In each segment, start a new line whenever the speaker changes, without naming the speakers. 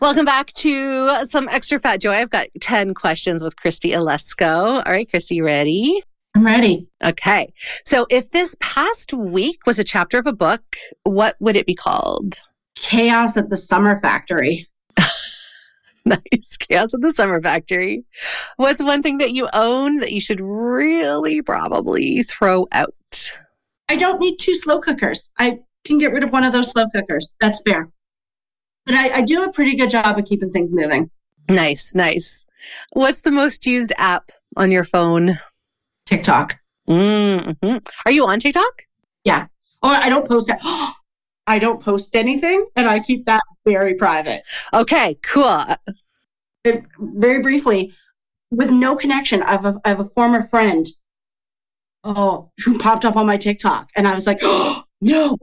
Welcome back to some extra fat joy. I've got 10 questions with Christy Alesco. All right, Christy, you ready?
I'm ready.
Okay. So if this past week was a chapter of a book, what would it be called?
Chaos at the Summer Factory.
nice. Chaos at the Summer Factory. What's one thing that you own that you should really probably throw out?
I don't need two slow cookers. I can get rid of one of those slow cookers. That's fair. But I, I do a pretty good job of keeping things moving.
Nice, nice. What's the most used app on your phone?
TikTok.
Mm-hmm. Are you on TikTok?
Yeah. Or I don't post it. I don't post anything and I keep that very private.
Okay, cool.
It, very briefly, with no connection, I have, a, I have a former friend oh, who popped up on my TikTok and I was like, oh, no.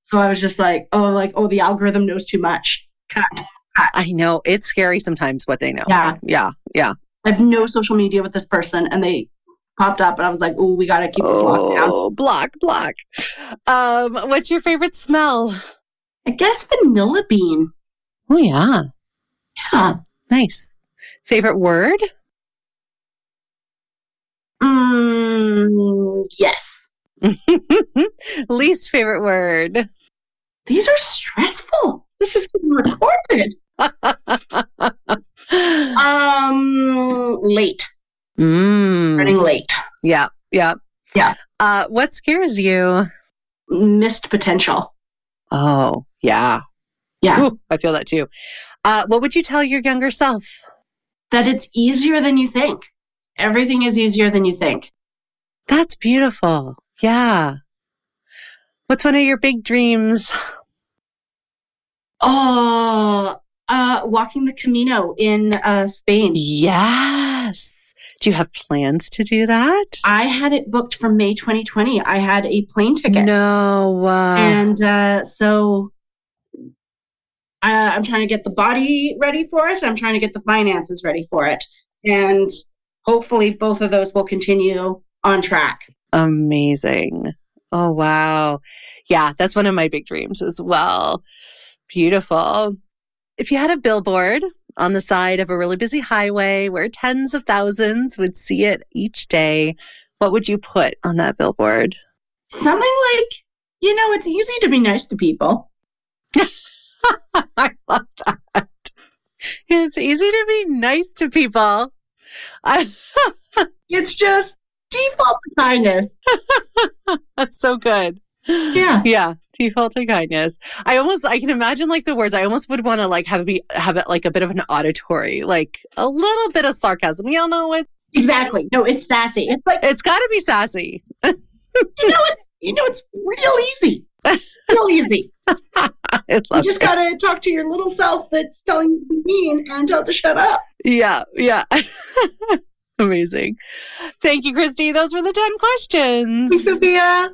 So I was just like, oh, like, oh, the algorithm knows too much. Cut. Cut.
I know. It's scary sometimes what they know.
Yeah.
Yeah. Yeah.
I have no social media with this person and they popped up and I was like, oh, we got to keep this locked down.
Oh, block, block. Um, what's your favorite smell?
I guess vanilla bean.
Oh, yeah.
Yeah.
Nice. Favorite word?
Mm, yes.
Least favorite word.
These are stressful. This is being recorded. um, late.
Mm,
Running late.
yeah. Yeah.
Yeah.
Uh, what scares you?
Missed potential.
Oh, yeah.
Yeah.
Ooh, I feel that too. Uh, what would you tell your younger self?
That it's easier than you think. Everything is easier than you think.
That's beautiful. Yeah. What's one of your big dreams?
Oh, uh, walking the Camino in uh, Spain.
Yes. Do you have plans to do that?
I had it booked for May 2020. I had a plane ticket.
No. Uh,
And uh, so uh, I'm trying to get the body ready for it. I'm trying to get the finances ready for it. And hopefully, both of those will continue on track.
amazing. Oh, wow. Yeah, that's one of my big dreams as well. Beautiful. If you had a billboard on the side of a really busy highway where tens of thousands would see it each day, what would you put on that billboard?
Something like, you know, it's easy to be nice to people.
I love that. It's easy to be nice to people. I,
It's just default to kindness.
that's so good.
Yeah.
Yeah, default to kindness. I almost I can imagine like the words. I almost would want to like have it be have it like a bit of an auditory, like a little bit of sarcasm. Y'all know it.
Exactly. No, it's sassy. It's like,
It's got to be sassy.
you know, it's you know, it's real easy. Real easy.
I
You
love
just
it.
gotta talk to your little self that's telling you to be mean and tell it to shut up.
yeah, yeah. Amazing. Thank you, Christy. Those were the ten questions.
Sophia.